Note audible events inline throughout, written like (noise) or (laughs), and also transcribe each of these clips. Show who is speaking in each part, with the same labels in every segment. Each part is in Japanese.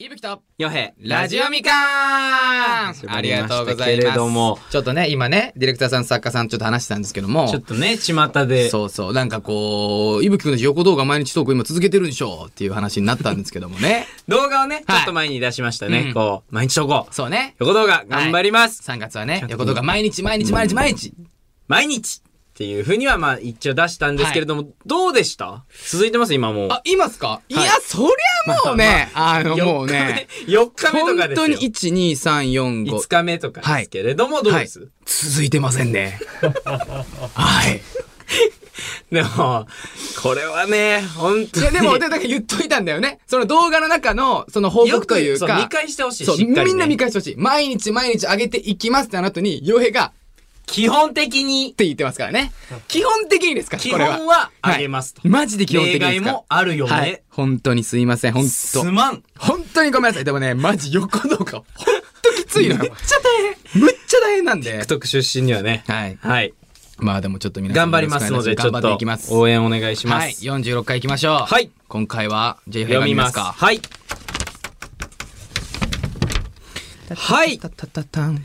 Speaker 1: いぶきと、
Speaker 2: よへ、
Speaker 1: ラジオみかーんありがとうございます。
Speaker 2: けれども
Speaker 1: ちょっとね、今ね、ディレクターさん、作家さん、ちょっと話してたんですけども
Speaker 2: ちょ、っとね、巷で。
Speaker 1: そうそう、なんかこう、いぶきくんの横動画毎日投稿今続けてるんでしょうっていう話になったんですけどもね。 (laughs)
Speaker 2: 動画をね、ちょ
Speaker 1: はい
Speaker 2: っと前に出しました
Speaker 1: うん
Speaker 2: ね。こう、毎日投稿。
Speaker 1: そうね。
Speaker 2: 横動画、頑張ります。
Speaker 1: 3月はね、横動画毎日毎日毎日毎日。
Speaker 2: 毎日っていうふうには、まあ、一応出したんですけれども、どうでした続いてます今もう。
Speaker 1: あ、いますかいや、そりゃもうね、あの、もう
Speaker 2: (laughs)
Speaker 1: ね、
Speaker 2: 4日目とか
Speaker 1: 本
Speaker 2: ですよ。
Speaker 1: 当に1、2、3、4、5
Speaker 2: 5。日目とかですけれども、どうです、
Speaker 1: はい続いてませんね。はい。
Speaker 2: でも、これはね、本当
Speaker 1: い
Speaker 2: に。
Speaker 1: や、で
Speaker 2: (laughs)
Speaker 1: も、だから言っといたんだよね。その動画の中の、その報
Speaker 2: よ
Speaker 1: 告
Speaker 2: く
Speaker 1: という
Speaker 2: そ
Speaker 1: か。
Speaker 2: 見返してほしい。
Speaker 1: そう、
Speaker 2: しっかりね
Speaker 1: みんな見返してほしい。毎日毎日上げていきますってあの後に、洋平が、っ
Speaker 2: 基本的に、
Speaker 1: て言ってますからね。基本的にですから、
Speaker 2: 基
Speaker 1: これは。
Speaker 2: 本はあげますと。
Speaker 1: はいマジで基本的
Speaker 2: 例
Speaker 1: にです
Speaker 2: 外
Speaker 1: から。
Speaker 2: もあるよね。
Speaker 1: はい。本当にすいません、本
Speaker 2: す
Speaker 1: 当
Speaker 2: まん。
Speaker 1: 本当にごめんなさい。でもね、マジ横動画、本当きついのよ。
Speaker 2: (laughs)
Speaker 1: めっちゃ大変。むっちゃ大変なんで。
Speaker 2: TikTok 出身にはね。
Speaker 1: はい。
Speaker 2: はい。
Speaker 1: まあでもちょっと皆さん
Speaker 2: 頑張りますので、ちょ
Speaker 1: 頑張
Speaker 2: っ
Speaker 1: ってい
Speaker 2: と
Speaker 1: きます。
Speaker 2: 応援お願いしま
Speaker 1: はい。
Speaker 2: す。
Speaker 1: 46回いきましょう。
Speaker 2: はい。
Speaker 1: 今回は、じゃあ洋平
Speaker 2: 読
Speaker 1: が見
Speaker 2: み
Speaker 1: ま
Speaker 2: ますす。
Speaker 1: か。
Speaker 2: はい。はい
Speaker 1: たたたたん。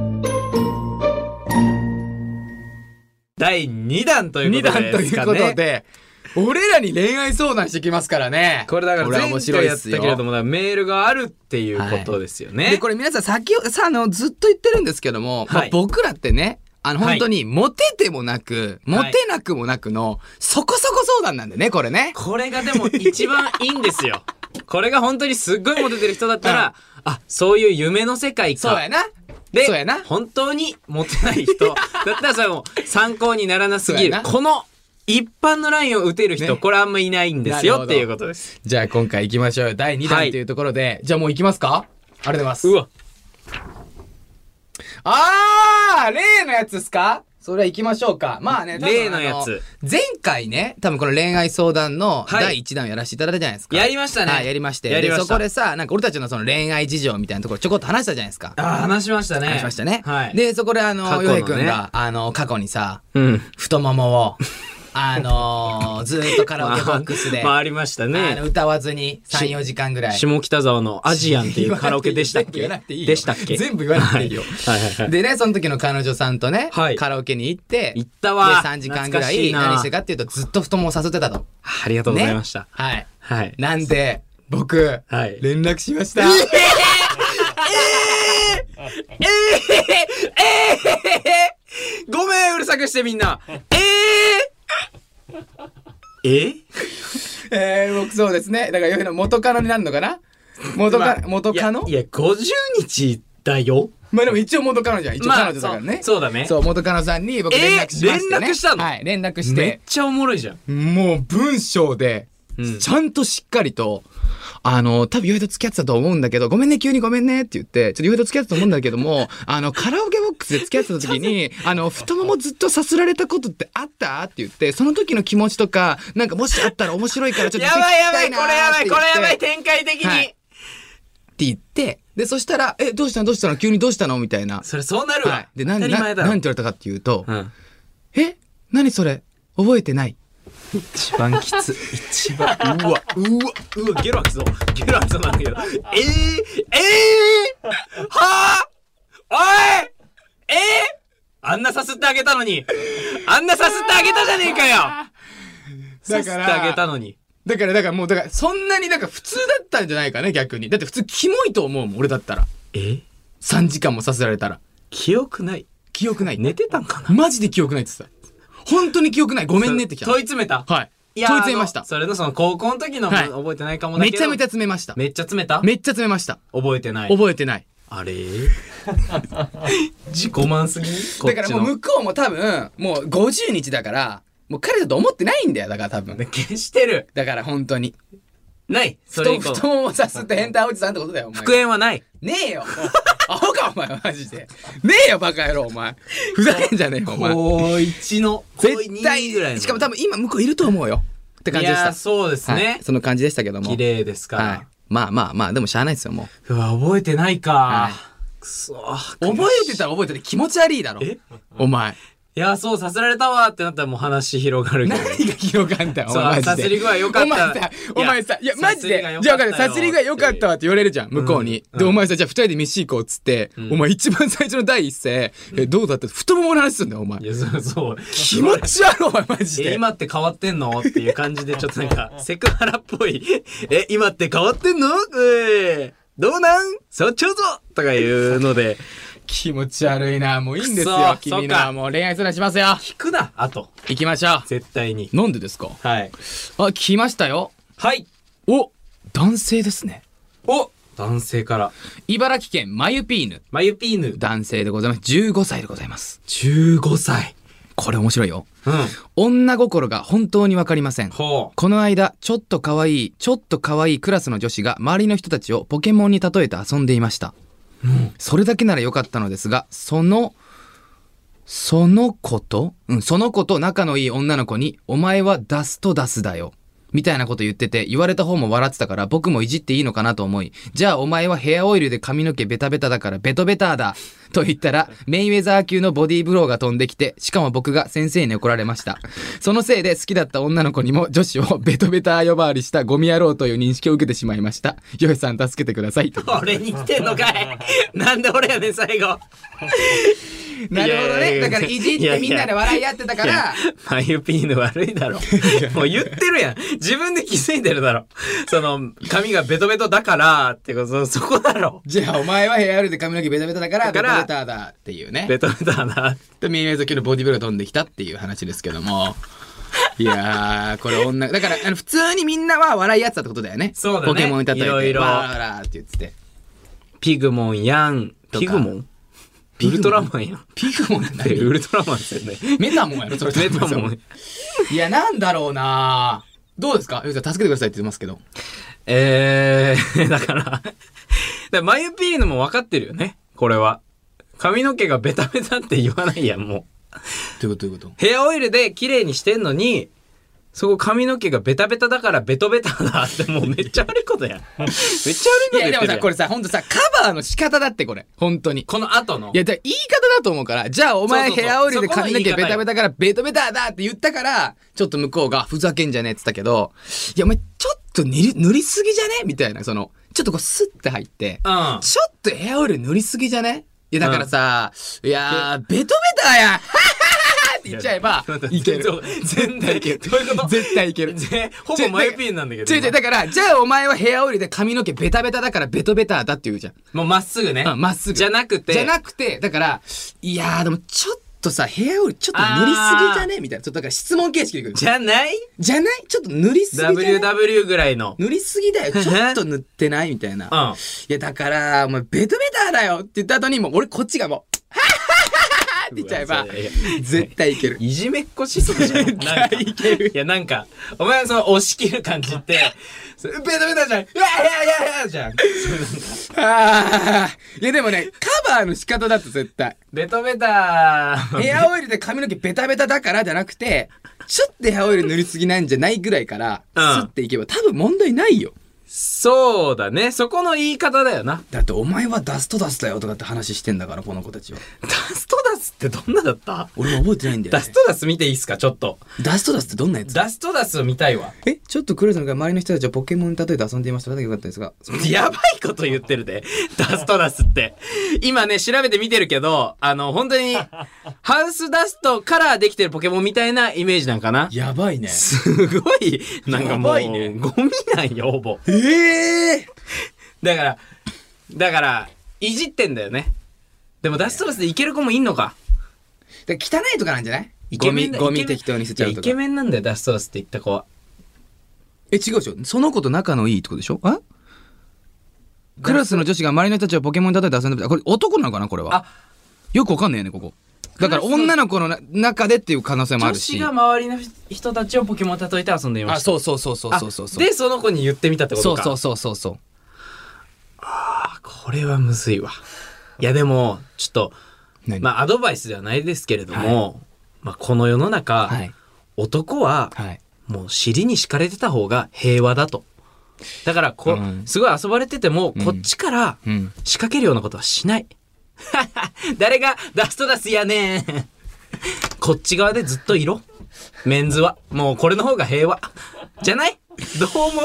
Speaker 2: 第2弾という
Speaker 1: 二
Speaker 2: こと
Speaker 1: 段と
Speaker 2: で
Speaker 1: い
Speaker 2: す
Speaker 1: う
Speaker 2: か
Speaker 1: こ
Speaker 2: ね。
Speaker 1: とで、俺らに恋愛相談してきますからね。
Speaker 2: これだから
Speaker 1: は
Speaker 2: 前
Speaker 1: 面
Speaker 2: 回
Speaker 1: 白い
Speaker 2: や
Speaker 1: っ
Speaker 2: った
Speaker 1: す
Speaker 2: けれど
Speaker 1: よ。
Speaker 2: も、だからメールがあるっていうことですよ
Speaker 1: で、
Speaker 2: ね。
Speaker 1: これ皆さん先を、さ、あの、ずっと言ってるんですけども、まあ
Speaker 2: はい
Speaker 1: 僕らってね、あの、
Speaker 2: は
Speaker 1: 本
Speaker 2: い
Speaker 1: 当に、モテてもなく、モテなくもなくの、そこそこ相談なんでね、これね。
Speaker 2: これがでも一番いいんで
Speaker 1: (laughs)
Speaker 2: すよ。これが本当にすっごいモテてる人だったら、あ、そういう夢の世界か。
Speaker 1: そうやな。
Speaker 2: で、
Speaker 1: そうやな
Speaker 2: 本当にモテな
Speaker 1: (laughs)
Speaker 2: い人だったらそれも参考にならなすぎ
Speaker 1: そう
Speaker 2: る
Speaker 1: や。な
Speaker 2: この一般のラインを打てる人、
Speaker 1: ね
Speaker 2: これあんまいないんです
Speaker 1: なる
Speaker 2: よ
Speaker 1: ほ
Speaker 2: っ
Speaker 1: ど
Speaker 2: ていうことです。
Speaker 1: じゃあ今回行きましょうよ。第2
Speaker 2: は
Speaker 1: 弾
Speaker 2: い
Speaker 1: というところで、じゃあもう行きますかありがとうございます。
Speaker 2: うわ、
Speaker 1: あー例のやつですかそれは行きましょうか。まあね、多分
Speaker 2: 例のやつ
Speaker 1: あの前回ね、多分この恋愛相談の
Speaker 2: はい
Speaker 1: 第1弾をやらせていただいたじゃないですか。
Speaker 2: やりましたね。
Speaker 1: はいやりまして。
Speaker 2: やりま
Speaker 1: で、
Speaker 2: し
Speaker 1: そ
Speaker 2: た。
Speaker 1: こでさ、なんか俺たちのその恋愛事情みたいなところちょこっと話したじゃないですか。
Speaker 2: あー、話しましたね。
Speaker 1: 話しましたね。
Speaker 2: はい。、
Speaker 1: で、そこであの、
Speaker 2: 過去の
Speaker 1: ヨ
Speaker 2: ね
Speaker 1: ヘ君が、あの、過去にさ、
Speaker 2: うん。
Speaker 1: 太ももを、
Speaker 2: (laughs)
Speaker 1: あのー、ずーっとカラオケボックスで、
Speaker 2: まあ、ありました
Speaker 1: あの
Speaker 2: ね。
Speaker 1: 歌わずに3、4時間ぐらい。
Speaker 2: 下北沢のアジアンって
Speaker 1: 言
Speaker 2: い
Speaker 1: わなくていい
Speaker 2: うカラオケでしたっ
Speaker 1: 全部言
Speaker 2: け
Speaker 1: わなくていいよ
Speaker 2: でしたっけ
Speaker 1: 全部言わなくていいよ
Speaker 2: はいはいはいはい。
Speaker 1: でね、その時の彼女さんとね、
Speaker 2: はい
Speaker 1: カラオケに行って、
Speaker 2: 行ったわ
Speaker 1: で、3時間ぐ
Speaker 2: 懐
Speaker 1: ら
Speaker 2: かし
Speaker 1: い
Speaker 2: いな
Speaker 1: 何してたかっていうと、ずっと太ももを誘ってたと。
Speaker 2: ありがとうございました。
Speaker 1: ねはい。
Speaker 2: はい。
Speaker 1: なんで、僕、
Speaker 2: はい
Speaker 1: 連絡しました。
Speaker 2: ごめん、うるさくしてみんな。えー、え
Speaker 1: えー、僕そうですね。だから、よいの元カノになるのかな元カ、
Speaker 2: まあ
Speaker 1: 元カノ
Speaker 2: いや、いや50日だよ。
Speaker 1: まあでも一応元カノじゃん。一応彼女だからね。
Speaker 2: まあそうそうだね
Speaker 1: そう、元カノさんに僕連絡しまして、ね。
Speaker 2: えー連絡したの
Speaker 1: はい、連絡し。
Speaker 2: めってちゃおもろいじゃん。
Speaker 1: もう文章で、
Speaker 2: うん
Speaker 1: ちゃんとしっかりと、あの、多分よいと付き合ってたと思うんだけど、ごめんね、急にごめんねって言って、ちょっとよいと付き合ってたと思うんだけど
Speaker 2: (laughs)
Speaker 1: も、あの、カラオケボックスで付き合ってた時に、あの、太ももずっとさすられたことってあったって言って、その時の気持ちとか、なんかもしあったら面白いから、ちょっと
Speaker 2: やばいやば
Speaker 1: 聞
Speaker 2: い、
Speaker 1: き
Speaker 2: こ
Speaker 1: た
Speaker 2: れ
Speaker 1: なー
Speaker 2: や
Speaker 1: っ
Speaker 2: ば
Speaker 1: て
Speaker 2: い、
Speaker 1: 言
Speaker 2: こ
Speaker 1: って
Speaker 2: れやばい、展開的に。
Speaker 1: はいって言って、で、そしたら、え、どうしたのどうしたの急にどうしたのみたいな。
Speaker 2: それそうなるわ。
Speaker 1: はい。で、なん、
Speaker 2: 当
Speaker 1: な
Speaker 2: たり前だろ
Speaker 1: なんて言われたかっていうと、
Speaker 2: うん。
Speaker 1: え何それ覚えてない。
Speaker 2: 一番きつ。一番。うわ、うわ、うわ、ゲロ吐きそう。ゲロ吐きそうなんだけど。えー、えー、はあおいえー、あんなさすってあげたのに。あんなさすってあげたじゃねえかよさすってあげたのに。
Speaker 1: だから、だからもう、だから、そんなに、だから普通だったんじゃないかね、逆に。だって普通、キモいと思うもん、俺だったら。
Speaker 2: え
Speaker 1: 3時間もさせられたら。
Speaker 2: 記憶ない。
Speaker 1: 記憶ない。
Speaker 2: 寝てたんかな
Speaker 1: マジで記憶ないって言ってた。本当に記憶ない。ごめんねってきた。
Speaker 2: 問い
Speaker 1: はい。
Speaker 2: 詰めた。
Speaker 1: 問い詰めまし
Speaker 2: あ
Speaker 1: た
Speaker 2: の。それのその高校の時のも
Speaker 1: はい
Speaker 2: 覚えてないかもだ
Speaker 1: め
Speaker 2: けど。
Speaker 1: ちゃめちゃ
Speaker 2: ゃ。
Speaker 1: 詰めました。
Speaker 2: めっちゃ詰めた
Speaker 1: めっちゃ詰めました。
Speaker 2: 覚えてない。
Speaker 1: 覚えてない。
Speaker 2: あれ自己満すぎこ
Speaker 1: (laughs)
Speaker 2: っ
Speaker 1: だから
Speaker 2: ち
Speaker 1: もう
Speaker 2: の。
Speaker 1: 向こうも多分、もう50日だから、もう彼だと思ってないんだよ、だから多分。
Speaker 2: 消してる。
Speaker 1: だから本当に。
Speaker 2: ないそ
Speaker 1: 太
Speaker 2: れ以
Speaker 1: も
Speaker 2: 降
Speaker 1: 太ももさすって変態おじさんってことだよ、
Speaker 2: (laughs)
Speaker 1: お前。
Speaker 2: 復縁はない
Speaker 1: ねえよ。アホか、お前、マジで。ねえよ、バカ野郎、お前。ふざけんじゃねえよ、お前。
Speaker 2: 高一の
Speaker 1: 絶
Speaker 2: 高
Speaker 1: 対
Speaker 2: 二ぐらいの
Speaker 1: しかも多分今向こういると思うよ。って感じでし
Speaker 2: い
Speaker 1: た。
Speaker 2: やそうですね、
Speaker 1: はいその感じでしたけども。
Speaker 2: 綺麗ですから、
Speaker 1: はい。まあまあまあ、でもしゃあないですよ、も
Speaker 2: うわ覚えてないか、
Speaker 1: はい。
Speaker 2: くそう
Speaker 1: 覚えてたら覚えてて気持ち悪いだろ。
Speaker 2: え
Speaker 1: お前。
Speaker 2: いや (laughs) そうさせられたわってなったらもう話広がるけど
Speaker 1: 何が広がんだよ、お前マジで。
Speaker 2: さすり具合良か
Speaker 1: お
Speaker 2: った
Speaker 1: 前さ、お前さ、い
Speaker 2: い
Speaker 1: や、
Speaker 2: や
Speaker 1: マジで。
Speaker 2: さすりが良かったよ
Speaker 1: じゃあ分かる。さすりが良かったわって言われるじゃん、向こうに。
Speaker 2: うん
Speaker 1: で、
Speaker 2: うん
Speaker 1: お前さ、じゃあ二人で飯行こうっつって、お前一番最初の第一声、え、どうだった太ももの話すんだよ、お前
Speaker 2: い。やそうそう
Speaker 1: 気持ち悪い、お前、マジ
Speaker 2: え
Speaker 1: で。
Speaker 2: 今って変わってんのっていう感じでちょっとなんかセクハラっぽいえ今って変わってんのえーどうなんそっちょうぞとか言う
Speaker 1: (laughs)
Speaker 2: ので
Speaker 1: 気持ち悪いな、もういいんです
Speaker 2: くそ
Speaker 1: よ、君
Speaker 2: そっか
Speaker 1: の。もう恋愛すらしますよ。
Speaker 2: 聞くなあと
Speaker 1: 行きましょ
Speaker 2: 絶対に
Speaker 1: う。なんでですか
Speaker 2: はい
Speaker 1: あ、聞きましたよ。
Speaker 2: はい
Speaker 1: お男性ですね。
Speaker 2: お男性から
Speaker 1: 茨城県マユピーヌ。
Speaker 2: マユピーヌ
Speaker 1: 男性でございます。15歳でございます。
Speaker 2: 15歳
Speaker 1: これ面白いよ。
Speaker 2: うん
Speaker 1: 女心が本当にわかりません。
Speaker 2: ほ
Speaker 1: この間、ちょっと可愛い、ちょっと可愛いクラスの女子が周りの人たちをポケモンに例えて遊んでいました。それだけなら良かったのですが、その、その子と、うん、その子と仲のいい女の子に、お前は出すと出すだよ。みたいなこと言ってて、言われた方も笑ってたから、僕もいじっていいのかなと思い、じゃあお前はヘアオイルで髪の毛ベタベタだからベトベターだ。と言ったら、メインウェザー級のボディーブローが飛んできて、しかも僕が先生に怒られました。そのせいで好きだった女の子にも女子をベトベタ呼ばわりしたゴミ野郎という認識を受けてしまいました。ヨエさん助けてください。と
Speaker 2: う俺に来てんのか (laughs) いなんで俺やねん最後
Speaker 1: なるほど
Speaker 2: いやいや
Speaker 1: ね。
Speaker 2: い
Speaker 1: だ
Speaker 2: や
Speaker 1: からいじってみんなで笑い合ってたか
Speaker 2: いや
Speaker 1: ら、
Speaker 2: マユピーヌ悪いだろ。もう言ってるやん。自分で気づいてるだろ。その、髪がベトベトだから、ってこと、そこだろ。
Speaker 1: じゃあお前はヘアオイルで髪の毛ベタベタだから、
Speaker 2: だ
Speaker 1: ベタ
Speaker 2: から
Speaker 1: ベタだっていうね。
Speaker 2: ベトベトだな。
Speaker 1: で、メイウェザー級のボディーブローが飛んできたっていう話ですけども。 (laughs) いやー、これ女、だから、あの、普通にみんなは笑い合ってたってことだよね。
Speaker 2: そうだね
Speaker 1: ポケモンに例えて。
Speaker 2: いろいろ
Speaker 1: わらわらって言ってて。
Speaker 2: ピグモンやん。
Speaker 1: とか
Speaker 2: ピグモンウルトラマンやん。
Speaker 1: ピグモンって
Speaker 2: えウ (laughs)
Speaker 1: 何
Speaker 2: ルトラマンですよね。
Speaker 1: メタモンやろそれ
Speaker 2: ベトモン。
Speaker 1: (laughs) いや、なんだろうなどうですかヨウさん、助けてくださいって言ってますけど。
Speaker 2: えー、 (laughs) だから、だからマユピーヌも分かってるよね。これは。髪の毛がベタベタって言わないやん、もう。
Speaker 1: どういうことどういうこと
Speaker 2: ヘアオイルで綺麗にしてんのに、そこ髪の毛がベタベタだからベトベタだってもうめっちゃ悪いこと
Speaker 1: (laughs)
Speaker 2: やん。
Speaker 1: い
Speaker 2: めっちゃ悪いこと言ってるやん
Speaker 1: や、でもさ、これさ、ほんとさ、カバーの仕方だって、これ。本当に。
Speaker 2: この後の。
Speaker 1: いや、だから言い方だと思うから、じゃあお前
Speaker 2: そうそうそう
Speaker 1: ヘアオイルで髪の毛
Speaker 2: そこの
Speaker 1: ベ
Speaker 2: 言い
Speaker 1: タ
Speaker 2: 方
Speaker 1: ベタからベトベタだって言ったから、ちょっと向こうがふざけんじゃねえって言ったけど、いやお前ちょっと塗り塗りすぎじゃねみたいな、その、ちょっとこうスッて入って、
Speaker 2: うん。
Speaker 1: ちょっとヘアオイル塗りすぎじゃねいやだからさ、いやー、ベトベタやん (laughs) って言っちゃえば、いける。
Speaker 2: 全然いける。どういうこ
Speaker 1: (laughs)
Speaker 2: と
Speaker 1: 絶対いける。
Speaker 2: ぜほぼマユピーヌなんだけど。
Speaker 1: 違う違う、だから、じゃあお前はヘアオイルで髪の毛ベタベタだからベトベタだって言うじゃん。
Speaker 2: もうまっすぐね。
Speaker 1: うんまっすぐ
Speaker 2: じゃなくて。
Speaker 1: じゃなくて、だから、いやーでもちょっとさ、部屋よりちょっと塗りすぎじゃねみたいな。ちょっとだから質問形式でいくる。
Speaker 2: じゃない
Speaker 1: じゃないちょっと塗りすぎじゃない
Speaker 2: ?WW ぐらいの。
Speaker 1: 塗りすぎだよ。ちょっと塗ってないみたいな。
Speaker 2: うん
Speaker 1: いや、だから、お前、ベトベタだよって言った後に、もう俺こっちが
Speaker 2: (laughs)
Speaker 1: もう、はっはっはっはっはって言っちゃえば
Speaker 2: うわいやいや、
Speaker 1: 絶対い
Speaker 2: (laughs)
Speaker 1: ける。
Speaker 2: いじめっこしそうじゃん。 (laughs) なんかいや、なんか、お前はその押し切る感じ (laughs) って、それベタベタじゃん。いやいやいやいやじゃん。
Speaker 1: あーいや、でもね、カバーの仕方だと絶対。
Speaker 2: ベトベタ
Speaker 1: ヘアオイルで髪の毛ベタベタだからじゃなくて、ちょっとヘアオイル塗りすぎなんじゃないぐらいから、ス
Speaker 2: うん
Speaker 1: ッていけば多分問題ないよ。
Speaker 2: そうだね。そこの言い方だよな。
Speaker 1: だってお前はダストダストだよとかって話してんだから、この子たちは。
Speaker 2: ダストダスってどんなだった
Speaker 1: 俺覚えてないんだよ、ね。
Speaker 2: ダストダス見ていいっすかちょっと。
Speaker 1: ダストダスってどんなやつ
Speaker 2: ダストダスを見たいわ。
Speaker 1: え、ちょっとクルーズの周りの人たちはポケモンに例えて遊んでいました。だけよかったですが。
Speaker 2: やばいこと言ってるで。ダストダスって。今ね、調べて見てるけど、あの、本当に、ハウスダストからできてるポケモンみたいなイメージなんかな。
Speaker 1: やばいね。
Speaker 2: すごい、なんかも
Speaker 1: や
Speaker 2: う、
Speaker 1: ばいね
Speaker 2: ゴミなんよ、ほぼ。
Speaker 1: ええ
Speaker 2: だから、だから、いじってんだよね。でもダストダスでいける子もいんのか。
Speaker 1: だから汚いとかなんじゃない
Speaker 2: イ
Speaker 1: ゴ
Speaker 2: ケメ
Speaker 1: ミ、
Speaker 2: ンだ
Speaker 1: ゴ
Speaker 2: イ
Speaker 1: ミ
Speaker 2: ケメン
Speaker 1: 適当に捨てちゃう
Speaker 2: いや
Speaker 1: と
Speaker 2: イケ
Speaker 1: か。
Speaker 2: メンなんだよ、ダストダスって言った子は。
Speaker 1: え、違うでしょその子と仲のいいってことでしょあクラスの女子が周りの人たちはポケモンに例えて遊んでた。これ男なのかなこれは。
Speaker 2: あ、
Speaker 1: よくわかんないよね、ここ。だから女の子のな中でっていう可能性もあ
Speaker 3: 女
Speaker 1: るし
Speaker 3: 子が。周りの人たちをポケモン例えて遊んでいま
Speaker 1: あ、
Speaker 3: した。
Speaker 1: そうそうそうそうそうそうそう。
Speaker 2: で、その子に言ってみたってこ
Speaker 1: そ
Speaker 2: と
Speaker 1: う
Speaker 2: か。
Speaker 1: そうそうそうそう。
Speaker 2: あこれはむずいわ。いや、でも、ちょっと、
Speaker 1: 何
Speaker 2: まあ、アドバイスではないですけれども、まあ、この世の中、
Speaker 1: はい。
Speaker 2: 男は、
Speaker 1: はい。
Speaker 2: もう尻に敷かれてた方が平和だと。だからこ、
Speaker 1: うん
Speaker 2: すごい遊ばれてても、
Speaker 1: ん
Speaker 2: こっちから
Speaker 1: うん。
Speaker 2: 仕掛けるようなことはしない。 (laughs) 誰がダストダスやねん。こっち側でずっといろ。メンズは。もうこれの方が平和。じゃないどう思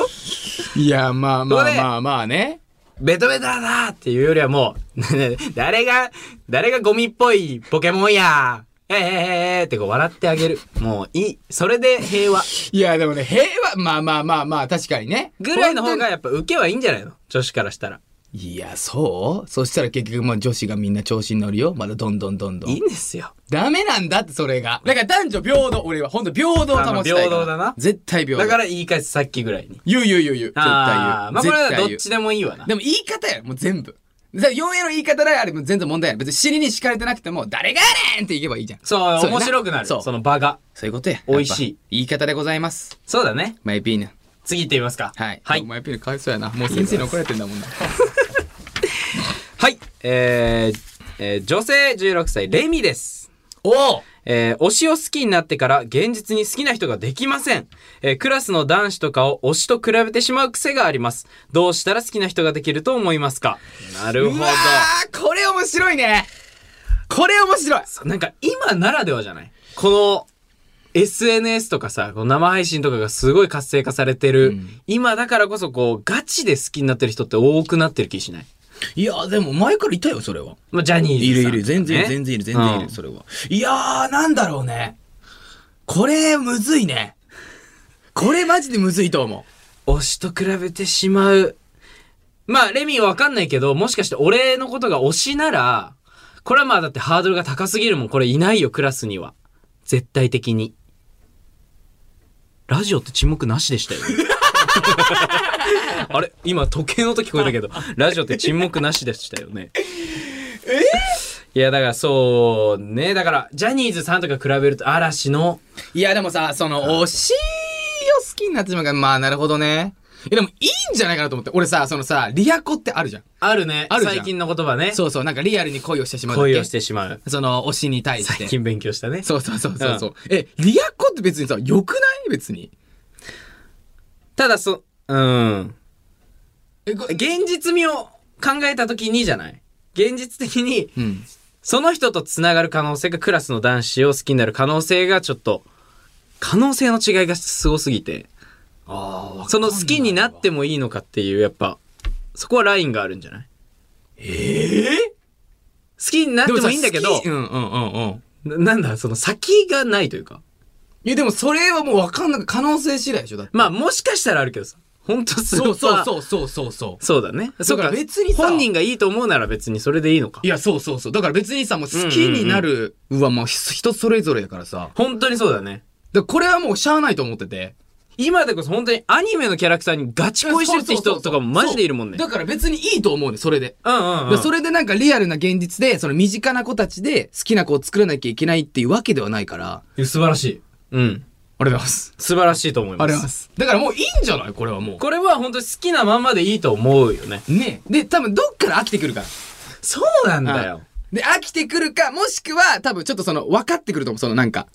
Speaker 2: う
Speaker 1: いや、まあ
Speaker 2: ま
Speaker 1: ま
Speaker 2: あ
Speaker 1: あ
Speaker 2: ま
Speaker 1: まあまあね。
Speaker 2: ベトベトだなっていうよりはもう、 (laughs) 誰が、誰がゴミっぽいポケモンや。えー、えー、えーってこう笑ってあげる。もういい。それで平和。
Speaker 1: いや、でもね、平和、まあまあまあまあ、確かにね。
Speaker 2: ぐらいの方がやっぱ受けはいいんじゃないの女子からしたら。
Speaker 1: いや、そうそしたら結局、まあ女子がみんな調子に乗るよ。まだどんどんどんどん。
Speaker 2: いいんですよ。
Speaker 1: ダメなんだって、それが。だから男女平等、俺は本当平等を保ちたいから。
Speaker 2: あまあ平等だな
Speaker 1: 絶対平等。
Speaker 2: だから言い返すさっきぐらいに。
Speaker 1: 言う言う言う言う。絶対言う。
Speaker 2: ああー、まあこれ
Speaker 1: 絶
Speaker 2: は
Speaker 1: 対
Speaker 2: ど
Speaker 1: 言う
Speaker 2: っちでもいいわな。
Speaker 1: でも言い方やもう全部。だ 4A の言い方ならあれも全然問題ない。別に尻に敷かれてなくても、誰がやねんって言えばいいじゃん。
Speaker 2: そう、
Speaker 1: や
Speaker 2: 面白くなる。
Speaker 1: そ。
Speaker 2: そう
Speaker 1: そ
Speaker 2: の場が。
Speaker 1: ういうことや。
Speaker 2: 美味しい
Speaker 1: やっぱ。言い方でございます。
Speaker 2: そうだね。
Speaker 1: マイピーナ。
Speaker 2: 次行ってみますか。
Speaker 1: はい。
Speaker 2: はい。
Speaker 1: マイピーナかわいそうやな。もう先生に怒られてんだもんな。
Speaker 2: はい。えーえー女性16歳、レミです。
Speaker 1: おお
Speaker 2: えー推しを好きになってから現実に好きな人ができません。えークラスの男子とかを推しと比べてしまう癖があります。どうしたら好きな人ができると思いますかなるほ
Speaker 1: う
Speaker 2: ど
Speaker 1: わ。ーこれ面白いねこれ面白い
Speaker 2: なんか今ならではじゃないこの SNS とかさ、この生配信とかがすごい活性化されてる、
Speaker 1: うん
Speaker 2: 今だからこそこうガチで好きになってる人って多くなってる気しない
Speaker 1: いや、でも前からいたよ、それは。
Speaker 2: まあ、ジャニーズ
Speaker 1: いるい
Speaker 2: さんとかね
Speaker 1: る、全然、全然いる、全然い
Speaker 2: うん
Speaker 1: る、それは。いやー、なんだろうね。これ、むずいね。これマジでむずいと思う。
Speaker 2: 推しと比べてしまう。まあ、レミはわかんないけど、もしかして俺のことが推しなら、これはまあだってハードルが高すぎるもん。これいないよ、クラスには。絶対的に。ラジオって沈黙なしでしたよ
Speaker 1: (laughs)
Speaker 2: ね。あれ今時計の音聞こえたけど、ラジオって沈黙なしでしたよね。えいや、だからそうね。だから、ジャニーズさんとか比べると嵐の、
Speaker 1: いや、でもさ、その、推しを好きになってしまうから、まあ、なるほどね。いや、でも、いいんじゃないかなと思って。俺さ、そのさ、リアコってあるじゃん。
Speaker 2: あるね。
Speaker 1: あるじゃん
Speaker 2: 最近の言葉ね。
Speaker 1: そうそう、なんかリアルに恋をしてしまうだけ。
Speaker 2: 恋をしてしまう。
Speaker 1: その、推しに対して
Speaker 2: 最。近勉強したね。
Speaker 1: そうそうそうそうそう。え、リアコって別にさ、良くない別に。
Speaker 2: ただそ、うん。
Speaker 1: え、こ
Speaker 2: 現実味を考えた時にじゃない現実的に、
Speaker 1: うん。
Speaker 2: その人と繋がる可能性がクラスの男子を好きになる可能性がちょっと、可能性の違いがすごすぎて、
Speaker 1: ああ、
Speaker 2: その好きになってもいいのかっていう、やっぱ、そこはラインがあるんじゃないええ好きになってもいいんだけ
Speaker 1: で
Speaker 2: ど
Speaker 1: もさ好き、うんうんうんうん。
Speaker 2: ななんだ、その先がないというか。
Speaker 1: いや、でもそれはもう分かんない。可能性次第でしょだって。
Speaker 2: まあもしかしたらあるけどさ、本当それ
Speaker 1: そう
Speaker 2: は
Speaker 1: そうそうそうそうそう。
Speaker 2: そうだね。そう
Speaker 1: だ
Speaker 2: か。
Speaker 1: から別にさ
Speaker 2: 本人がいいと思うなら別にそれでいいのか
Speaker 1: い。や、そうそうそう。だから別にさ、もう好きになるはもう人それぞれやからさ。
Speaker 2: 本当にそうだね。
Speaker 1: で、これはもうしゃあないと思ってて。
Speaker 2: 今でこそ本当にアニメのキャラクターにガチ恋してるって人とかもマジでいるもんね。
Speaker 1: そうだから別にいいと思うね、それで。
Speaker 2: うんうん、う
Speaker 1: で
Speaker 2: ん。
Speaker 1: それでなんかリアルな現実で、その身近な子たちで好きな子を作らなきゃいけないっていうわけではないから。
Speaker 2: 素晴らしい。うん。
Speaker 1: ありがとうございます。
Speaker 2: 素晴らしいと思います。
Speaker 1: ありがとうございます。だからもういいんじゃないこれはも
Speaker 2: これは本当に好きなままでいいと思うよね。
Speaker 1: う。ねで、多分どっから飽きてくるから。
Speaker 2: そうなんだよ。
Speaker 1: で、飽きてくるか、もしくは、多分ちょっとその、分かってくると思う、そのなんか。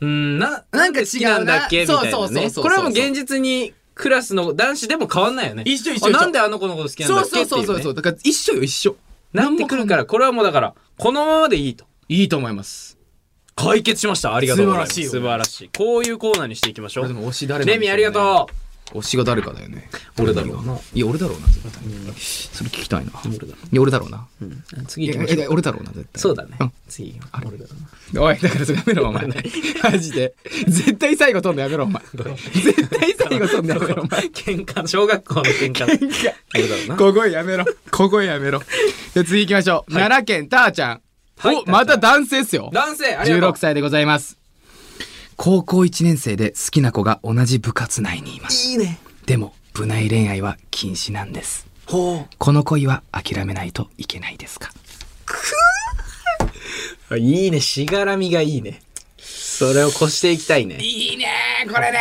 Speaker 2: うん、な、
Speaker 1: なんか
Speaker 2: 好きなんだっけみ
Speaker 1: 違う
Speaker 2: た
Speaker 1: な
Speaker 2: いな、ね。
Speaker 1: そうそうそうそう
Speaker 2: これはもう現実にクラスの男子でも変わんないよね。
Speaker 1: 一緒一緒一緒
Speaker 2: あなんであの子のこと好きなん
Speaker 1: そ
Speaker 2: だっ
Speaker 1: う
Speaker 2: け
Speaker 1: そうそうそう
Speaker 2: って
Speaker 1: そ。
Speaker 2: いううね
Speaker 1: だから一緒よ、一緒。
Speaker 2: なってくるから、これはもうだから、このままでいいと。
Speaker 1: いいと思います。
Speaker 2: 解決しました。ありがとうございます。
Speaker 1: 素晴らしい
Speaker 2: 素
Speaker 1: よ
Speaker 2: 晴らしい。こういうコーナーにしていきましょ
Speaker 1: これで
Speaker 2: う。
Speaker 1: も推し誰なん
Speaker 2: レミありがとう。
Speaker 1: う。推しが誰かだよね。
Speaker 2: 俺だろうない
Speaker 1: や、俺だろうな、絶対。それ聞きたいな。俺だろう。いや、俺だろうな。
Speaker 2: 次
Speaker 1: いやいや俺だろうな、絶対。
Speaker 2: そうだね
Speaker 1: ん。
Speaker 2: 次俺だ
Speaker 1: おい、だからそれやめろ、お (laughs) 前。マジで。絶対最後飛んでやめろ、お前。絶対最後飛んでやめろ、お前。
Speaker 2: 喧嘩、小学校の喧嘩。喧嘩。俺だろうな。
Speaker 1: ここやめろ。ここやめろ。じゃあ次行きましょう。奈良県たーちゃん。
Speaker 2: はい
Speaker 1: お、また男性っすよ。
Speaker 2: 男性、ありが
Speaker 1: 16
Speaker 2: と
Speaker 1: 歳でございます。高校1年生で好きな子が同じ部活内にいます。
Speaker 2: う。いいね。
Speaker 1: でも、部内恋愛は禁止なんです。
Speaker 2: ほ
Speaker 1: この恋は諦めないといけないですか
Speaker 2: う。いいね、しがらみがいいね。それを越していきたいね。
Speaker 1: いいねこれね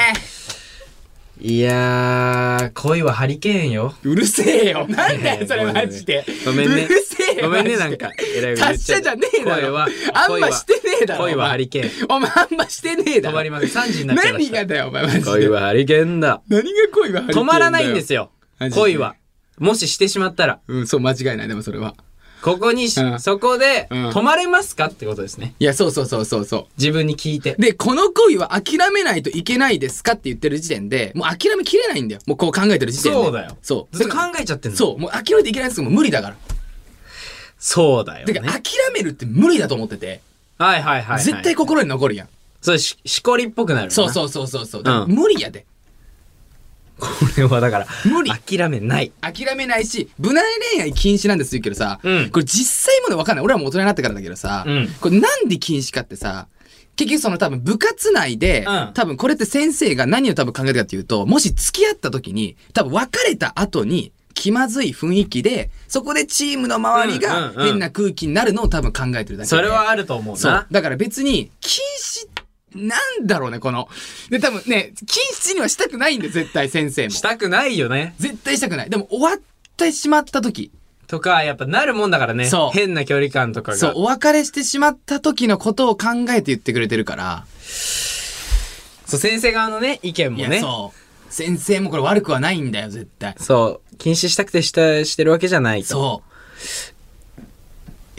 Speaker 2: いやー、恋はハリケーンよ。
Speaker 1: うるせえよなんだ
Speaker 2: えー
Speaker 1: よそれマジで
Speaker 2: ごめんね
Speaker 1: うるせえよ
Speaker 2: ごめんね、
Speaker 1: マジ
Speaker 2: なん
Speaker 1: で
Speaker 2: か。えらい
Speaker 1: 達者じゃねえだろ
Speaker 2: 声は、
Speaker 1: あんましてねえだろ
Speaker 2: 恋は
Speaker 1: お前
Speaker 2: ハリケーン。
Speaker 1: お前あんましてねえだ
Speaker 2: 止
Speaker 1: ろ
Speaker 2: まります。3時になっちゃいま
Speaker 1: 何
Speaker 2: した。
Speaker 1: がだよお前マジ
Speaker 2: 恋
Speaker 1: で
Speaker 2: はハリケーンだ。
Speaker 1: 何が恋は
Speaker 2: 止まらないんです
Speaker 1: よ
Speaker 2: よ
Speaker 1: マ。ジで
Speaker 2: 恋は。もししてしまったら、
Speaker 1: うんそう間違いないでもそれは
Speaker 2: ここにし、
Speaker 1: うん
Speaker 2: そこで、
Speaker 1: うん
Speaker 2: 止まれますかってことですね。
Speaker 1: いやそうそうそうそうそう
Speaker 2: 自分に聞いて。
Speaker 1: で、この恋は諦めないといけないですかって言ってる時点で、もう諦めきれないんだよ。もうこう考えてる時点で。
Speaker 2: そうだよ
Speaker 1: そう。
Speaker 2: ずっと考えちゃってんの。
Speaker 1: そう。もう諦めていけないですもう無理だから。
Speaker 2: そうだよ、
Speaker 1: て
Speaker 2: ね。
Speaker 1: か、諦めるって無理だと思ってて、
Speaker 2: はいはいはい、はい。
Speaker 1: 絶対心に残るやん。
Speaker 2: そうし、しこりっぽくなるな。
Speaker 1: そうそうそうそうそう。
Speaker 2: ん
Speaker 1: だから無理やで。
Speaker 2: これはだから、
Speaker 1: 無理
Speaker 2: 諦めない。
Speaker 1: 諦めないし、無難恋愛禁止なんですよけどさ、
Speaker 2: うん
Speaker 1: これ実際までわかんない。俺らも大人になってからだけどさ、
Speaker 2: うん
Speaker 1: これなんで禁止かってさ、結局その多分部活内で、
Speaker 2: うん
Speaker 1: 多分これって先生が何を多分考えたかっていうと、もし付き合った時に、多分別れた後に気まずい雰囲気で、そこでチームの周りが
Speaker 2: うんうんうん
Speaker 1: 変な空気になるのを多分考えてるだけで。
Speaker 2: それはあると思う
Speaker 1: そう
Speaker 2: な。。
Speaker 1: だから別に、禁止、なんだろうね、この。で、多分ね、禁止にはしたくないんで、絶対先生も。
Speaker 2: したくないよね。
Speaker 1: 絶対したくない。でも終わってしまった時、
Speaker 2: とか、やっぱなるもんだからね。
Speaker 1: そう
Speaker 2: 変な距離感とかが。
Speaker 1: そう、お別れしてしまった時のことを考えて言ってくれてるから、
Speaker 2: そう先生側のね、意見も
Speaker 1: いや、
Speaker 2: ね。そ
Speaker 1: そう。先生もこれ悪くはないんだよ、絶対
Speaker 2: う。。禁止したくてした、してるわけじゃないと。
Speaker 1: そう。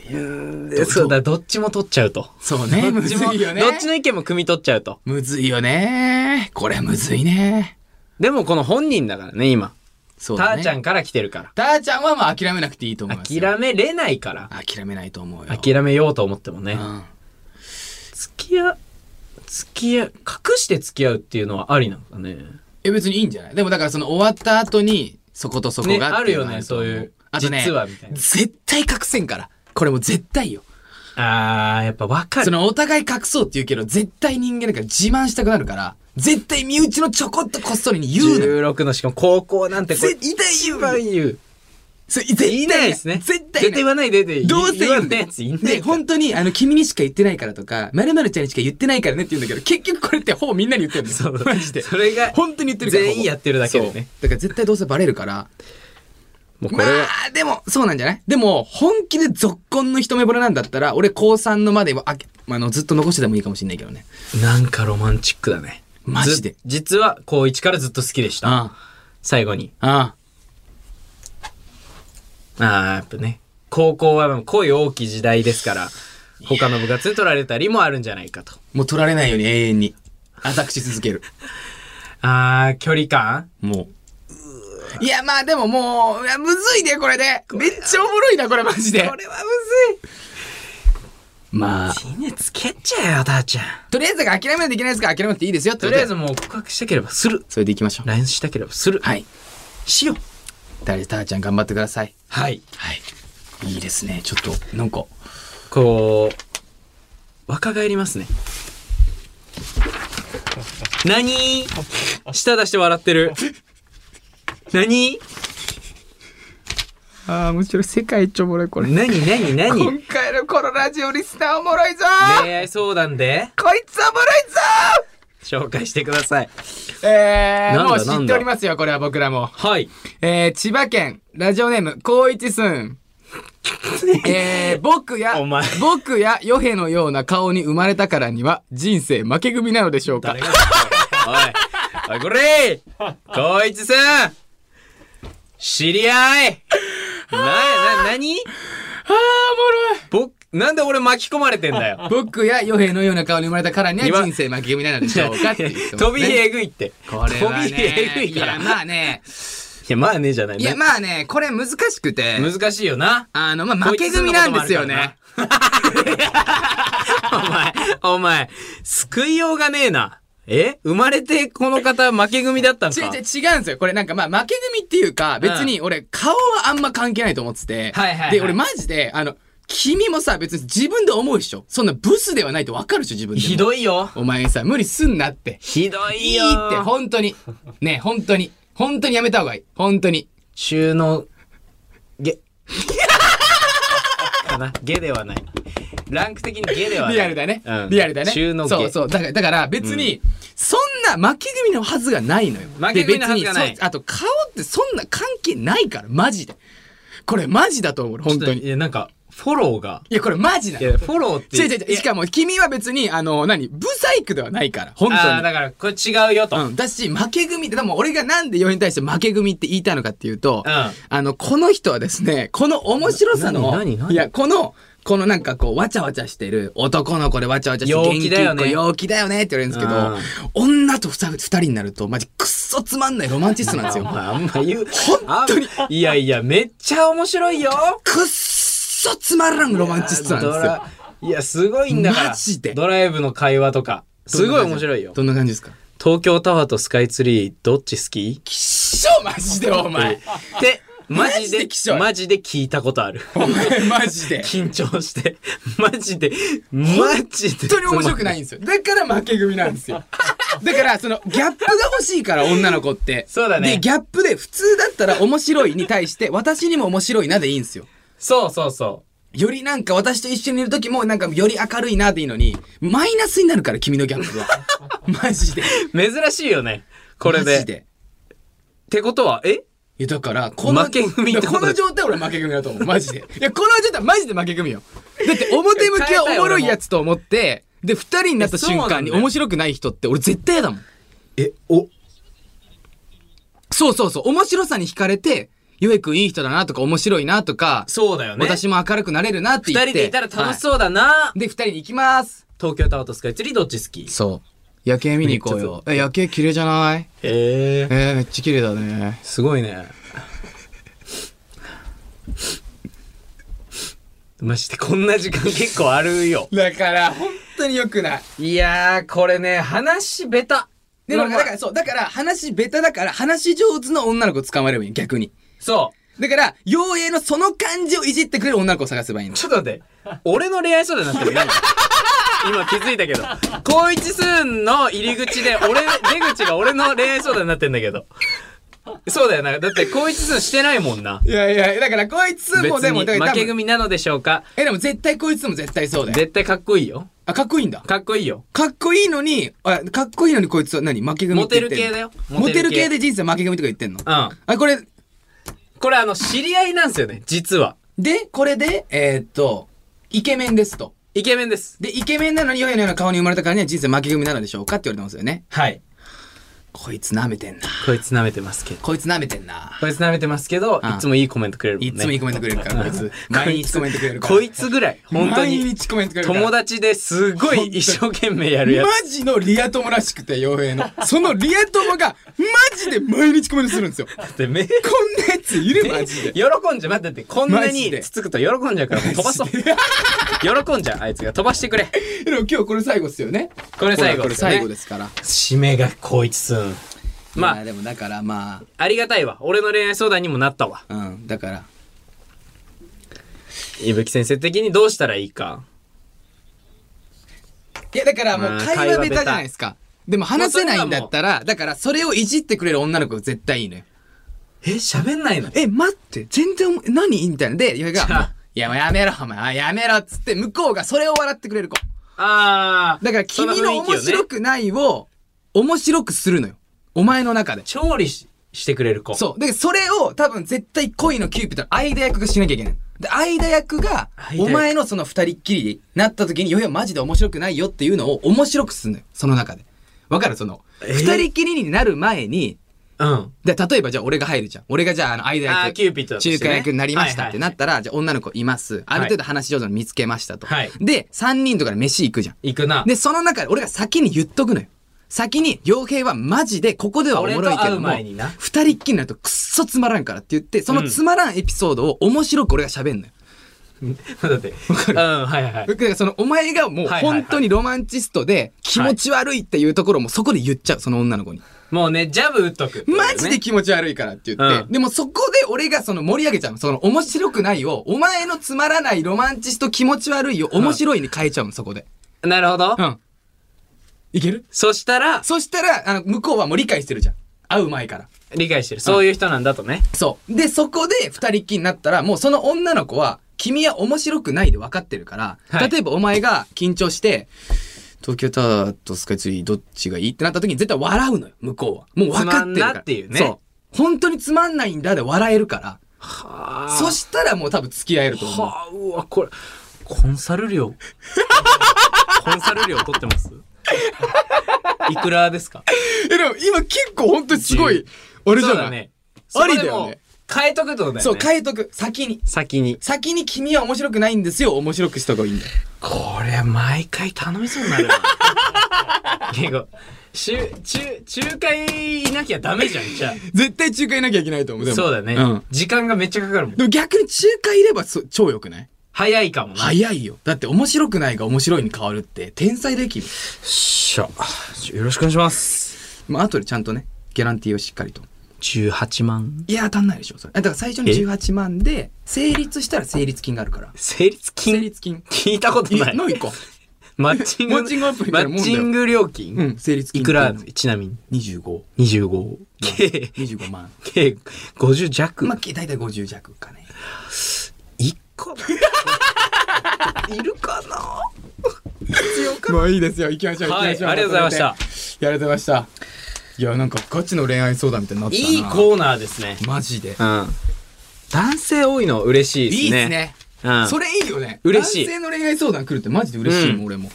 Speaker 2: でそうだ、どっちも取っちゃうと。
Speaker 1: そうね、
Speaker 2: ど
Speaker 1: む
Speaker 2: っ
Speaker 1: ず
Speaker 2: ちも、
Speaker 1: いよね。
Speaker 2: どっちの意見も汲み取っちゃうと。
Speaker 1: むずいよね。これむずいね。
Speaker 2: でもこの本人だからね、今。
Speaker 1: そう
Speaker 2: た
Speaker 1: だ
Speaker 2: ー
Speaker 1: ね。
Speaker 2: ちゃん。から来てるか
Speaker 1: たーちゃんはもう諦めなくていいと思い
Speaker 2: ら。
Speaker 1: ますよ。
Speaker 2: 諦めれないから。
Speaker 1: 諦めないと思うよ。
Speaker 2: 諦めようと思ってもね。
Speaker 1: うん。
Speaker 2: 付き合う、付き合う、隠して付き合うっていうのはありなのかね。
Speaker 1: え、別にいいんじゃないでもだからその終わった後に、そことそこが
Speaker 2: ね、
Speaker 1: ってい
Speaker 2: あるよ
Speaker 1: の
Speaker 2: ね、
Speaker 1: がと
Speaker 2: そ
Speaker 1: 思
Speaker 2: ういう。
Speaker 1: あとね、
Speaker 2: 実はみたいな。
Speaker 1: 絶対隠せんから。これもう絶対よ。
Speaker 2: あー、やっぱわか
Speaker 1: そ
Speaker 2: る。
Speaker 1: のお互い隠そうって言うけど、絶対人間だから自慢したくなるから、絶対身内のちょこっとこっそりに言うのよ。
Speaker 2: 16のしかも高校なんてこれ
Speaker 1: 絶対言う
Speaker 2: 一番言う。
Speaker 1: それ絶対
Speaker 2: 言いないですね。
Speaker 1: 絶対
Speaker 2: 絶対言わないでで。
Speaker 1: どうせ
Speaker 2: 言
Speaker 1: 言
Speaker 2: わ
Speaker 1: うん
Speaker 2: な
Speaker 1: だ
Speaker 2: い
Speaker 1: よ
Speaker 2: やつ言いない
Speaker 1: で、
Speaker 2: から。
Speaker 1: 本当に、あの、君にしか言ってないからとか、まるちゃんにしか言ってないからねって言うんだけど、結局これってほぼみんなに言ってるんです
Speaker 2: そ
Speaker 1: よ。
Speaker 2: う
Speaker 1: マジで。
Speaker 2: それが
Speaker 1: 本当に言ってるから。
Speaker 2: 全員やってるだけでね
Speaker 1: ほぼそうだから絶対どうせバレるから。
Speaker 2: もうこ
Speaker 1: ま
Speaker 2: れは。
Speaker 1: あ、でも、そうなんじゃないでも、本気で続婚の一目惚れなんだったら、俺高3のまでは、あけあの、ずっと残しててもいいかもしんないけどね。
Speaker 2: なんかロマンチックだね。
Speaker 1: マジで
Speaker 2: ず実は、高一からずっと好きでした。
Speaker 1: あ
Speaker 2: 最後に。
Speaker 1: あ、ああ。
Speaker 2: ああ、やっぱね。高校は恋大きい時代ですから、他の部活で取られたりもあるんじゃないかと。
Speaker 1: もう取られないように永遠に。アタックし続ける。
Speaker 2: ああ、距離感
Speaker 1: もう。いや、まあでももう、いやむずいね、これで。めっちゃおもろいな、これマジで
Speaker 2: こ。れはむ
Speaker 1: まあ、
Speaker 2: ずい。いいね、付き合っちゃえよ、たーちゃん。
Speaker 1: とりあえずが諦めないといけないですから、諦めなくていいですよって
Speaker 2: と
Speaker 1: こと
Speaker 2: り
Speaker 1: で
Speaker 2: あえずもう告白したければする。
Speaker 1: それでいきましょう。
Speaker 2: LINE したければする。
Speaker 1: はい。
Speaker 2: しよう。
Speaker 1: 誰たーちゃん頑張ってください。
Speaker 2: はい。
Speaker 1: はい。いいですね、ちょっと、なんか。
Speaker 2: こう、若返ります (laughs) ね。何舌出して笑ってる。何
Speaker 1: ああ、むしろ世界一おもろい、こ。
Speaker 2: 何何何
Speaker 1: 回のこのラジオリスナーおもろいぞ
Speaker 2: 恋愛相談で
Speaker 1: こいつおもろいぞ
Speaker 2: 紹介してください。
Speaker 1: え
Speaker 2: な
Speaker 1: ー、
Speaker 2: んだ
Speaker 1: もう知っておりますよ、これは僕らも。
Speaker 2: はい。
Speaker 1: えー、千葉県、ラジオネーム、高一す
Speaker 2: (laughs)
Speaker 1: ん。えー、僕や
Speaker 2: お前、
Speaker 1: 僕やヨヘのような顔に生まれたからには、人生負け組なのでしょうか
Speaker 2: 誰がおい、おい、これこいつさん知り合いな、な、なに僕、なんで俺巻き込まれてんだよ。
Speaker 1: 僕やヨヘのような顔に生まれたからには、人生負け組なのでしょうかっていう質問ですね
Speaker 2: (laughs) 飛びえぐいって。
Speaker 1: これはね、
Speaker 2: 飛びえぐい
Speaker 1: い
Speaker 2: から。
Speaker 1: や、まあね、
Speaker 2: いや、まあね、じゃない
Speaker 1: いや、まあね、これ難しくて、
Speaker 2: 難しいよな。
Speaker 1: あの、まあ、負け組なんですよね。
Speaker 2: お前、お前、救いようがねえな。え生まれてこの方負け組だったん
Speaker 1: 違う違
Speaker 2: か
Speaker 1: う違うんですよ。これなんかまあ負け組っていうか、別に俺顔はあんま関係ないと思ってて。
Speaker 2: はいはいはい
Speaker 1: で、俺マジで、あの、君もさ、別に自分で思うでしょ。そんなブスではないとわかるでしょ、自分でも。
Speaker 2: ひどいよ。
Speaker 1: お前さ、無理すんなって。
Speaker 2: ひどい
Speaker 1: いい
Speaker 2: よ。
Speaker 1: って、本当に。ねえ本当に。本当にやめた方がいい。本当に。(laughs)
Speaker 2: 中の、げ、かな。げではない。ランク的にゲではない
Speaker 1: リアルだね
Speaker 2: うん。
Speaker 1: リアルだね。
Speaker 2: 中のゲ
Speaker 1: そうそう。だから、だから別に、そんな負け組のはずがないのよ。
Speaker 2: 負け組のはずがない
Speaker 1: で別にそうあと顔ってそんな関係ないから、マジで。これマジだと思う、俺本当に。
Speaker 2: いやなんかフォローが。
Speaker 1: いや、これマジない
Speaker 2: やフォローって
Speaker 1: 違う違う違う。しかも君は別に、あの、何、ブサイクではないから、本
Speaker 2: ああ
Speaker 1: 当
Speaker 2: だからこれ違うよと、
Speaker 1: に。うん。だし、負け組って、でも俺がなんで4人に対して負け組って言いたいのかっていうと、
Speaker 2: うん
Speaker 1: あの、この人はですね、この面白さの、
Speaker 2: な何何
Speaker 1: いや、この、このなんかこう、わちゃわちゃしてる、男の子でわちゃわちゃして
Speaker 2: 陽気だよね
Speaker 1: 元気っ子陽気だよねって言われるんですけど、女と二人二人になると、マジくっそつまんないロマンチストなんですよ。
Speaker 2: まあ、あんま言う本当にいやいやめっちゃ面白いよ
Speaker 1: くっそつまらんロマンチストなんです
Speaker 2: ド
Speaker 1: よ
Speaker 2: ラ。いやすごいんだから
Speaker 1: マジで
Speaker 2: ドライブの会話とかすごい面白いよ
Speaker 1: どんな感じですか (laughs)
Speaker 2: 東京タワーとスカイツリーどっち好き
Speaker 1: きっしょマジでお前
Speaker 2: ってマ
Speaker 1: (laughs)
Speaker 2: ジ
Speaker 1: マジで
Speaker 2: で
Speaker 1: 貴重い
Speaker 2: マジで聞いたことある
Speaker 1: お前マジで
Speaker 2: (laughs) 緊張してマジでマジで
Speaker 1: 本当に面白くないんですよ。だから負け組なんですよ。だから、その、ギャップが欲しいから、女の子って。
Speaker 2: そうだね
Speaker 1: で、ギャップで、普通だったら面白いに対して、私にも面白いなでいいんですよ。
Speaker 2: そうそうそ
Speaker 1: よりなんか、私と一緒にいる時も、なんか、より明るいなでいいのに、マイナスになるから、君のギャッ
Speaker 2: (laughs)
Speaker 1: プは。マジで。
Speaker 2: う珍しいよねこれ
Speaker 1: マ
Speaker 2: で
Speaker 1: ジで。
Speaker 2: ってことはえ
Speaker 1: いや、だから、この、
Speaker 2: 負け組ってこと
Speaker 1: この状態俺負け組だと思う。マジで。いや、この状態マジで負け組よ。だって、表向きはおもろいやつと思って、で、二人になった瞬
Speaker 2: そうな
Speaker 1: 間
Speaker 2: んだ
Speaker 1: に
Speaker 2: よ
Speaker 1: 面白くない人って、俺絶対嫌だもん。
Speaker 2: えお
Speaker 1: そうそうそう。面白さに惹かれて、ゆえくんいい人だなとか面白いなとか、
Speaker 2: そうだよね
Speaker 1: 私も明るくなれるなって
Speaker 2: 二
Speaker 1: 言って。
Speaker 2: 人でいたら楽し
Speaker 1: う。
Speaker 2: そうだな、
Speaker 1: で、二人に行きます。
Speaker 2: 東京タワーとスカイツリーどっち好き
Speaker 1: そう。夜景見に行こう
Speaker 2: め
Speaker 1: よ。え、夜景綺麗じゃない
Speaker 2: ええ
Speaker 1: えー、めっちゃ綺麗だね。
Speaker 2: すごいねマジでこんな時間結構あるよ
Speaker 1: だから、本当に良くない。
Speaker 2: いやーこれね話ベタ
Speaker 1: でも、
Speaker 2: まあ
Speaker 1: だから、そう、だから、話ベタだから、話上手の女の子捕まればいい、逆に。
Speaker 2: そう
Speaker 1: だから、妖艶のその感じをいじってくれる女の子を探せばいいの。
Speaker 2: ちょっと待って。俺の恋愛相談になっ
Speaker 1: (laughs)
Speaker 2: てる。今今気づいたけど。高一スーンの入り口で、俺、出口が俺の恋愛相談になってんだけど。そうだよな。だって高一スーンしてないもんな。
Speaker 1: いやいや、だから、こいつ
Speaker 2: 別
Speaker 1: もでも、
Speaker 2: に
Speaker 1: だから
Speaker 2: 負
Speaker 1: 多
Speaker 2: け
Speaker 1: 分、
Speaker 2: 組なのでしょうか。
Speaker 1: え、でも絶対こいつも絶対そうだよ。
Speaker 2: 絶対かっこいいよ。
Speaker 1: あ、かっこいいんだ。
Speaker 2: かっこいいよ。
Speaker 1: かっこいいのに、あかっこいいのにこいつは何負け組
Speaker 2: モ
Speaker 1: って
Speaker 2: テ
Speaker 1: 言
Speaker 2: る
Speaker 1: ってんの
Speaker 2: 系だよ。
Speaker 1: モテる系
Speaker 2: で。
Speaker 1: で人生負け組とか言ってんの
Speaker 2: うん。
Speaker 1: あ、これ、
Speaker 2: これあの、知り合いなんですよね、実は。
Speaker 1: で、これで、えーっと、イケメンですと。
Speaker 2: イケメンです。
Speaker 1: で、イケメンなのに、ヨヤのような顔に生まれたからには人生負け組なのでしょうかって言われてますよね。
Speaker 2: はい。
Speaker 1: こいつ舐めてんな。
Speaker 2: こいつ舐めてますけど。
Speaker 1: こいつ舐めてんな。
Speaker 2: こいつ舐めてますけど、
Speaker 1: うん
Speaker 2: いつもいいコメントくれるもん
Speaker 1: い
Speaker 2: ね。
Speaker 1: つもいいコメントくれるから、こいつ。毎日コメントくれるから。
Speaker 2: こいつぐらい。本当に。
Speaker 1: 毎日コメントくれるから。
Speaker 2: 友達ですごい一生懸命やるやつ。
Speaker 1: マジのリア友らしくて、傭兵の。そのリア友が、マジで毎日コメントするんですよ。こ
Speaker 2: で、 (laughs) め、
Speaker 1: んなやついるマジで。
Speaker 2: 喜んじゃ、待ってって、こんな
Speaker 1: マジ
Speaker 2: に
Speaker 1: で
Speaker 2: つつくと喜んじゃうから、もう飛ばそう。喜んじゃう、あいつが。飛ばしてくれ。
Speaker 1: でも今日これ最後っすよね。
Speaker 2: これ最
Speaker 1: こ
Speaker 2: 後で
Speaker 1: れ
Speaker 2: すよね
Speaker 1: 最後ですから。
Speaker 2: 締めがこいつすん。
Speaker 1: ま
Speaker 2: ま
Speaker 1: あ
Speaker 2: あ、
Speaker 1: でもだからま
Speaker 2: ありがたいわ。俺の恋愛相談にもなったわ。
Speaker 1: あ、うん、だから。
Speaker 2: いぶき先生的にどうしたらいいか。
Speaker 1: いやだからもう
Speaker 2: まあ
Speaker 1: 会話ベタじゃないですか。でも話せないんだったら、だからそれをいじってくれる女の子が絶対いいのよ。
Speaker 2: え、喋んないの
Speaker 1: え、待って、全然おも、何みたいな。で、ゆい
Speaker 2: じゃ
Speaker 1: が
Speaker 2: あ、
Speaker 1: いやもうやめろ、お前、あやめろっつって、向こうがそれを笑ってくれる子。
Speaker 2: あー。
Speaker 1: だから
Speaker 2: そ
Speaker 1: 君の
Speaker 2: 雰囲気を
Speaker 1: 面白
Speaker 2: ね、
Speaker 1: くないを、面白くするのよ。お前の中で。
Speaker 2: 調理ししてくれる子。
Speaker 1: そう。で、それを多分絶対恋のキューピッドの間役がしなきゃいけない。で、間役が、
Speaker 2: 間役
Speaker 1: お前のその二人っきりになった時に、よいよマジで面白くないよっていうのを面白くすんのよ。その中で。わかるその、
Speaker 2: えー
Speaker 1: 二人っきりになる前に、
Speaker 2: うん。
Speaker 1: で、例えばじゃあ俺が入るじゃん。俺がじゃああの間役。
Speaker 2: あーキューピッドとしてね
Speaker 1: 中華役になりました
Speaker 2: は
Speaker 1: っ
Speaker 2: い
Speaker 1: て
Speaker 2: はい
Speaker 1: なったら、じゃあ女の子います。ある程度話し上手なの見つけましたと。
Speaker 2: はい
Speaker 1: で、三人とかで飯行くじゃん。
Speaker 2: 行くな。
Speaker 1: で、その中で俺が先に言っとくのよ。先に、傭兵はマジで、ここではおもろいけ
Speaker 2: 俺と会
Speaker 1: ど
Speaker 2: う
Speaker 1: も
Speaker 2: 前にな、
Speaker 1: 二人っきりになるとくっそつまらんからって言って、そのつまらんエピソードを面白く俺が喋んのよ。
Speaker 2: だって。うん、はいはいはい。
Speaker 1: だからそのお前がもう
Speaker 2: はいはいはい
Speaker 1: 本当にロマンチストで気持ち悪いっていうところもそこで言っちゃう、その女の子に。
Speaker 2: もうね、ジャブ打っとく。
Speaker 1: マジで気持ち悪いからって言って、
Speaker 2: うん
Speaker 1: でもそこで俺がその盛り上げちゃうの。その面白くないを、お前のつまらないロマンチスト気持ち悪いを面白いに変えちゃうの、そこで。
Speaker 2: なるほど。
Speaker 1: うん。いける
Speaker 2: そしたら、
Speaker 1: そしたら、あの、向こうはもう理解してるじゃん。会う前から。
Speaker 2: 理解してる。そういう人なんだとね。
Speaker 1: そう。で、そこで二人っきりになったら、もうその女の子は、君は面白くないで分かってるから、
Speaker 2: はい
Speaker 1: 例えばお前が緊張して、東京タワーとスカイツリーどっちがいいってなった時に絶対笑うのよ、向こうは。もう分かってるから。
Speaker 2: つまんなっていうね
Speaker 1: そう。本当につまんないんだで笑えるから。
Speaker 2: は
Speaker 1: そしたらもう多分付き合えると思う。
Speaker 2: はあ、うわ、これ。
Speaker 3: コンサル
Speaker 2: (laughs)
Speaker 3: 料コンサル料取ってますいくらですか
Speaker 1: え、でも今結構本当にすごい、
Speaker 2: こ
Speaker 1: 俺じゃ
Speaker 2: う
Speaker 1: な
Speaker 2: だ
Speaker 1: い、
Speaker 2: ね。
Speaker 1: ありだよね
Speaker 2: そこでもう変えとくってことだよね。
Speaker 1: そう、変えとく。先に。
Speaker 3: 先に。
Speaker 1: 先に君は面白くないんですよ。面白くした方がいいんだよ。
Speaker 2: これ、毎回頼みそうにな
Speaker 1: (laughs)
Speaker 2: るな。結構、しゅ、中、仲介いなきゃダメじゃん、じゃ
Speaker 1: 絶対仲介いなきゃいけないと思う。で
Speaker 2: あ。
Speaker 1: も
Speaker 2: そうだね、
Speaker 1: うん。
Speaker 2: 時間がめっちゃかかるもん。
Speaker 1: でも逆に仲介いればそ超良くない
Speaker 2: 早いかもな。い。
Speaker 1: 早いよ。だって面白くないが面白いに変わるって天才できる。
Speaker 2: しょ。よろしくお願いします。
Speaker 1: まあ後でちゃんとね、ギャランティーをしっかりと。
Speaker 3: 18万。
Speaker 1: いや、足んないでしょ、それ。だから最初に
Speaker 2: え
Speaker 1: 18万で、成立したら成立金があるから。
Speaker 2: 成立
Speaker 1: 成
Speaker 2: 金
Speaker 1: 立金。
Speaker 2: 聞いたこと
Speaker 1: い
Speaker 2: な
Speaker 1: や、
Speaker 2: い。
Speaker 1: ないか。
Speaker 2: マッチング。
Speaker 1: マッチングアプリみたいなもんだよ
Speaker 2: マッチング料金。
Speaker 1: うん、成立金。
Speaker 2: いくら、ちなみに。
Speaker 1: ?25。
Speaker 2: 25。計、
Speaker 1: 25万。
Speaker 2: 計、50弱。
Speaker 1: まあ、大体50弱かね。
Speaker 2: 一
Speaker 1: (laughs)
Speaker 2: 個だいるかな
Speaker 1: もういいですよ。行きましょう。行きま
Speaker 2: はい、あり
Speaker 1: しょう。
Speaker 2: がとうございました。
Speaker 1: やられてました。いや、なんかガチの恋愛相談みたいになってたな。
Speaker 2: いいコーナーですね。
Speaker 1: マジで。
Speaker 2: うん。男性多いの嬉しいです
Speaker 1: い
Speaker 2: ね。
Speaker 1: いっす。ね。
Speaker 2: うん。
Speaker 1: それいいよね。
Speaker 2: 嬉しい
Speaker 1: 男性の恋愛相談来るってマジで嬉しいもん、
Speaker 2: うん
Speaker 1: 俺も。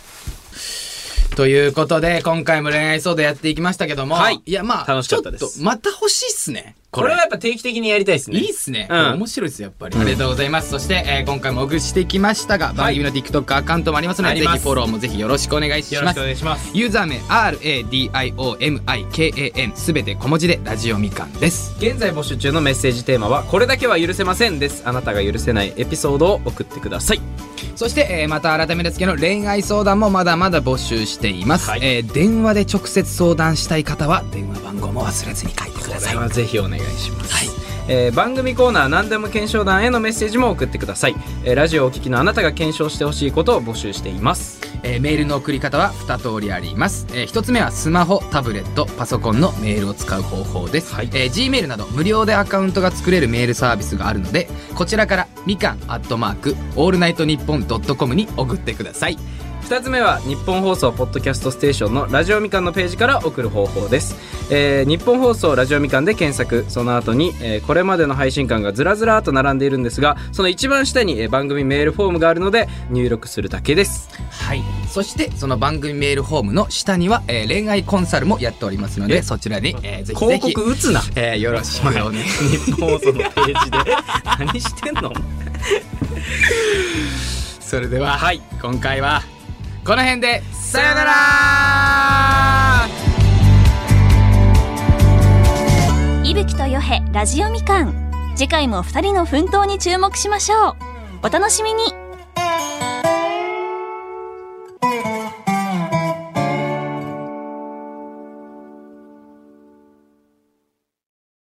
Speaker 1: ということで、今回も恋愛相談やっていきましたけども。
Speaker 2: はい
Speaker 1: や、まあ、
Speaker 2: 楽しかったです
Speaker 1: ちょっと、また欲しいっすね。
Speaker 2: これはやっぱ定期的にやりたいですね。
Speaker 1: いいっすね、
Speaker 2: うん
Speaker 1: これ面白いですやっぱり、ありがとうございますそして、えー今回もお送りしてきましたが、番組の TikTok アカウントもありますの
Speaker 2: あ
Speaker 1: で
Speaker 2: り
Speaker 1: ぜ
Speaker 2: ます
Speaker 1: ひフォローもぜひよろしくお願いし
Speaker 2: よろ
Speaker 1: ま
Speaker 2: しく
Speaker 1: す
Speaker 2: お願いします。
Speaker 1: ユーザー名 RADIOMIKAN すべて小文字でラジオみかんです
Speaker 2: 現在募集中のメッセージテーマは、これだけは許せませんです。あなたが許せないエピソードを送ってください。
Speaker 1: そして、えーまた改めですけど恋愛相談もまだまだ募集しています、
Speaker 2: はい
Speaker 1: えー電話で直接相談したい方は電話番号も忘れずに書いてくだ
Speaker 2: こ
Speaker 1: さ
Speaker 2: れ
Speaker 1: い
Speaker 2: はぜひお願いします、
Speaker 1: はい
Speaker 2: えー番組コーナー何でも検証団へのメッセージも送ってください、えーラジオをお聞きのあなたが検証してほしいことを募集しています
Speaker 1: えーメールの送り方は2通りあります、え1つ目はスマホタブレットパソコンのメールを使う方法です、
Speaker 2: はい
Speaker 1: えー Gmail など無料でアカウントが作れるメールサービスがあるのでこちらからみかんアットマークオールナイトニッポンドットコムに送ってください
Speaker 2: 2つ目は日本放送ポッドキャストステーションのラジオみかんのページから送る方法です、えー日本放送ラジオみかんで検索その後に、えーこれまでの配信間がずらずらーっと並んでいるんですがその一番下に、えー番組メールフォームがあるので入力するだけです
Speaker 1: はいそしてその番組メールフォームの下には、えー恋愛コンサルもやっておりますのでそちらに、えーぜひぜ
Speaker 2: 広
Speaker 1: ひ
Speaker 2: 告打つな
Speaker 1: えーよろしくお願いします
Speaker 2: 日本放送のページで何してんの
Speaker 1: それでは、
Speaker 2: はい
Speaker 1: 今回はこの辺でさようなら
Speaker 4: いぶきとよへラジオみかん次回も2人の奮闘に注目しましょうお楽しみに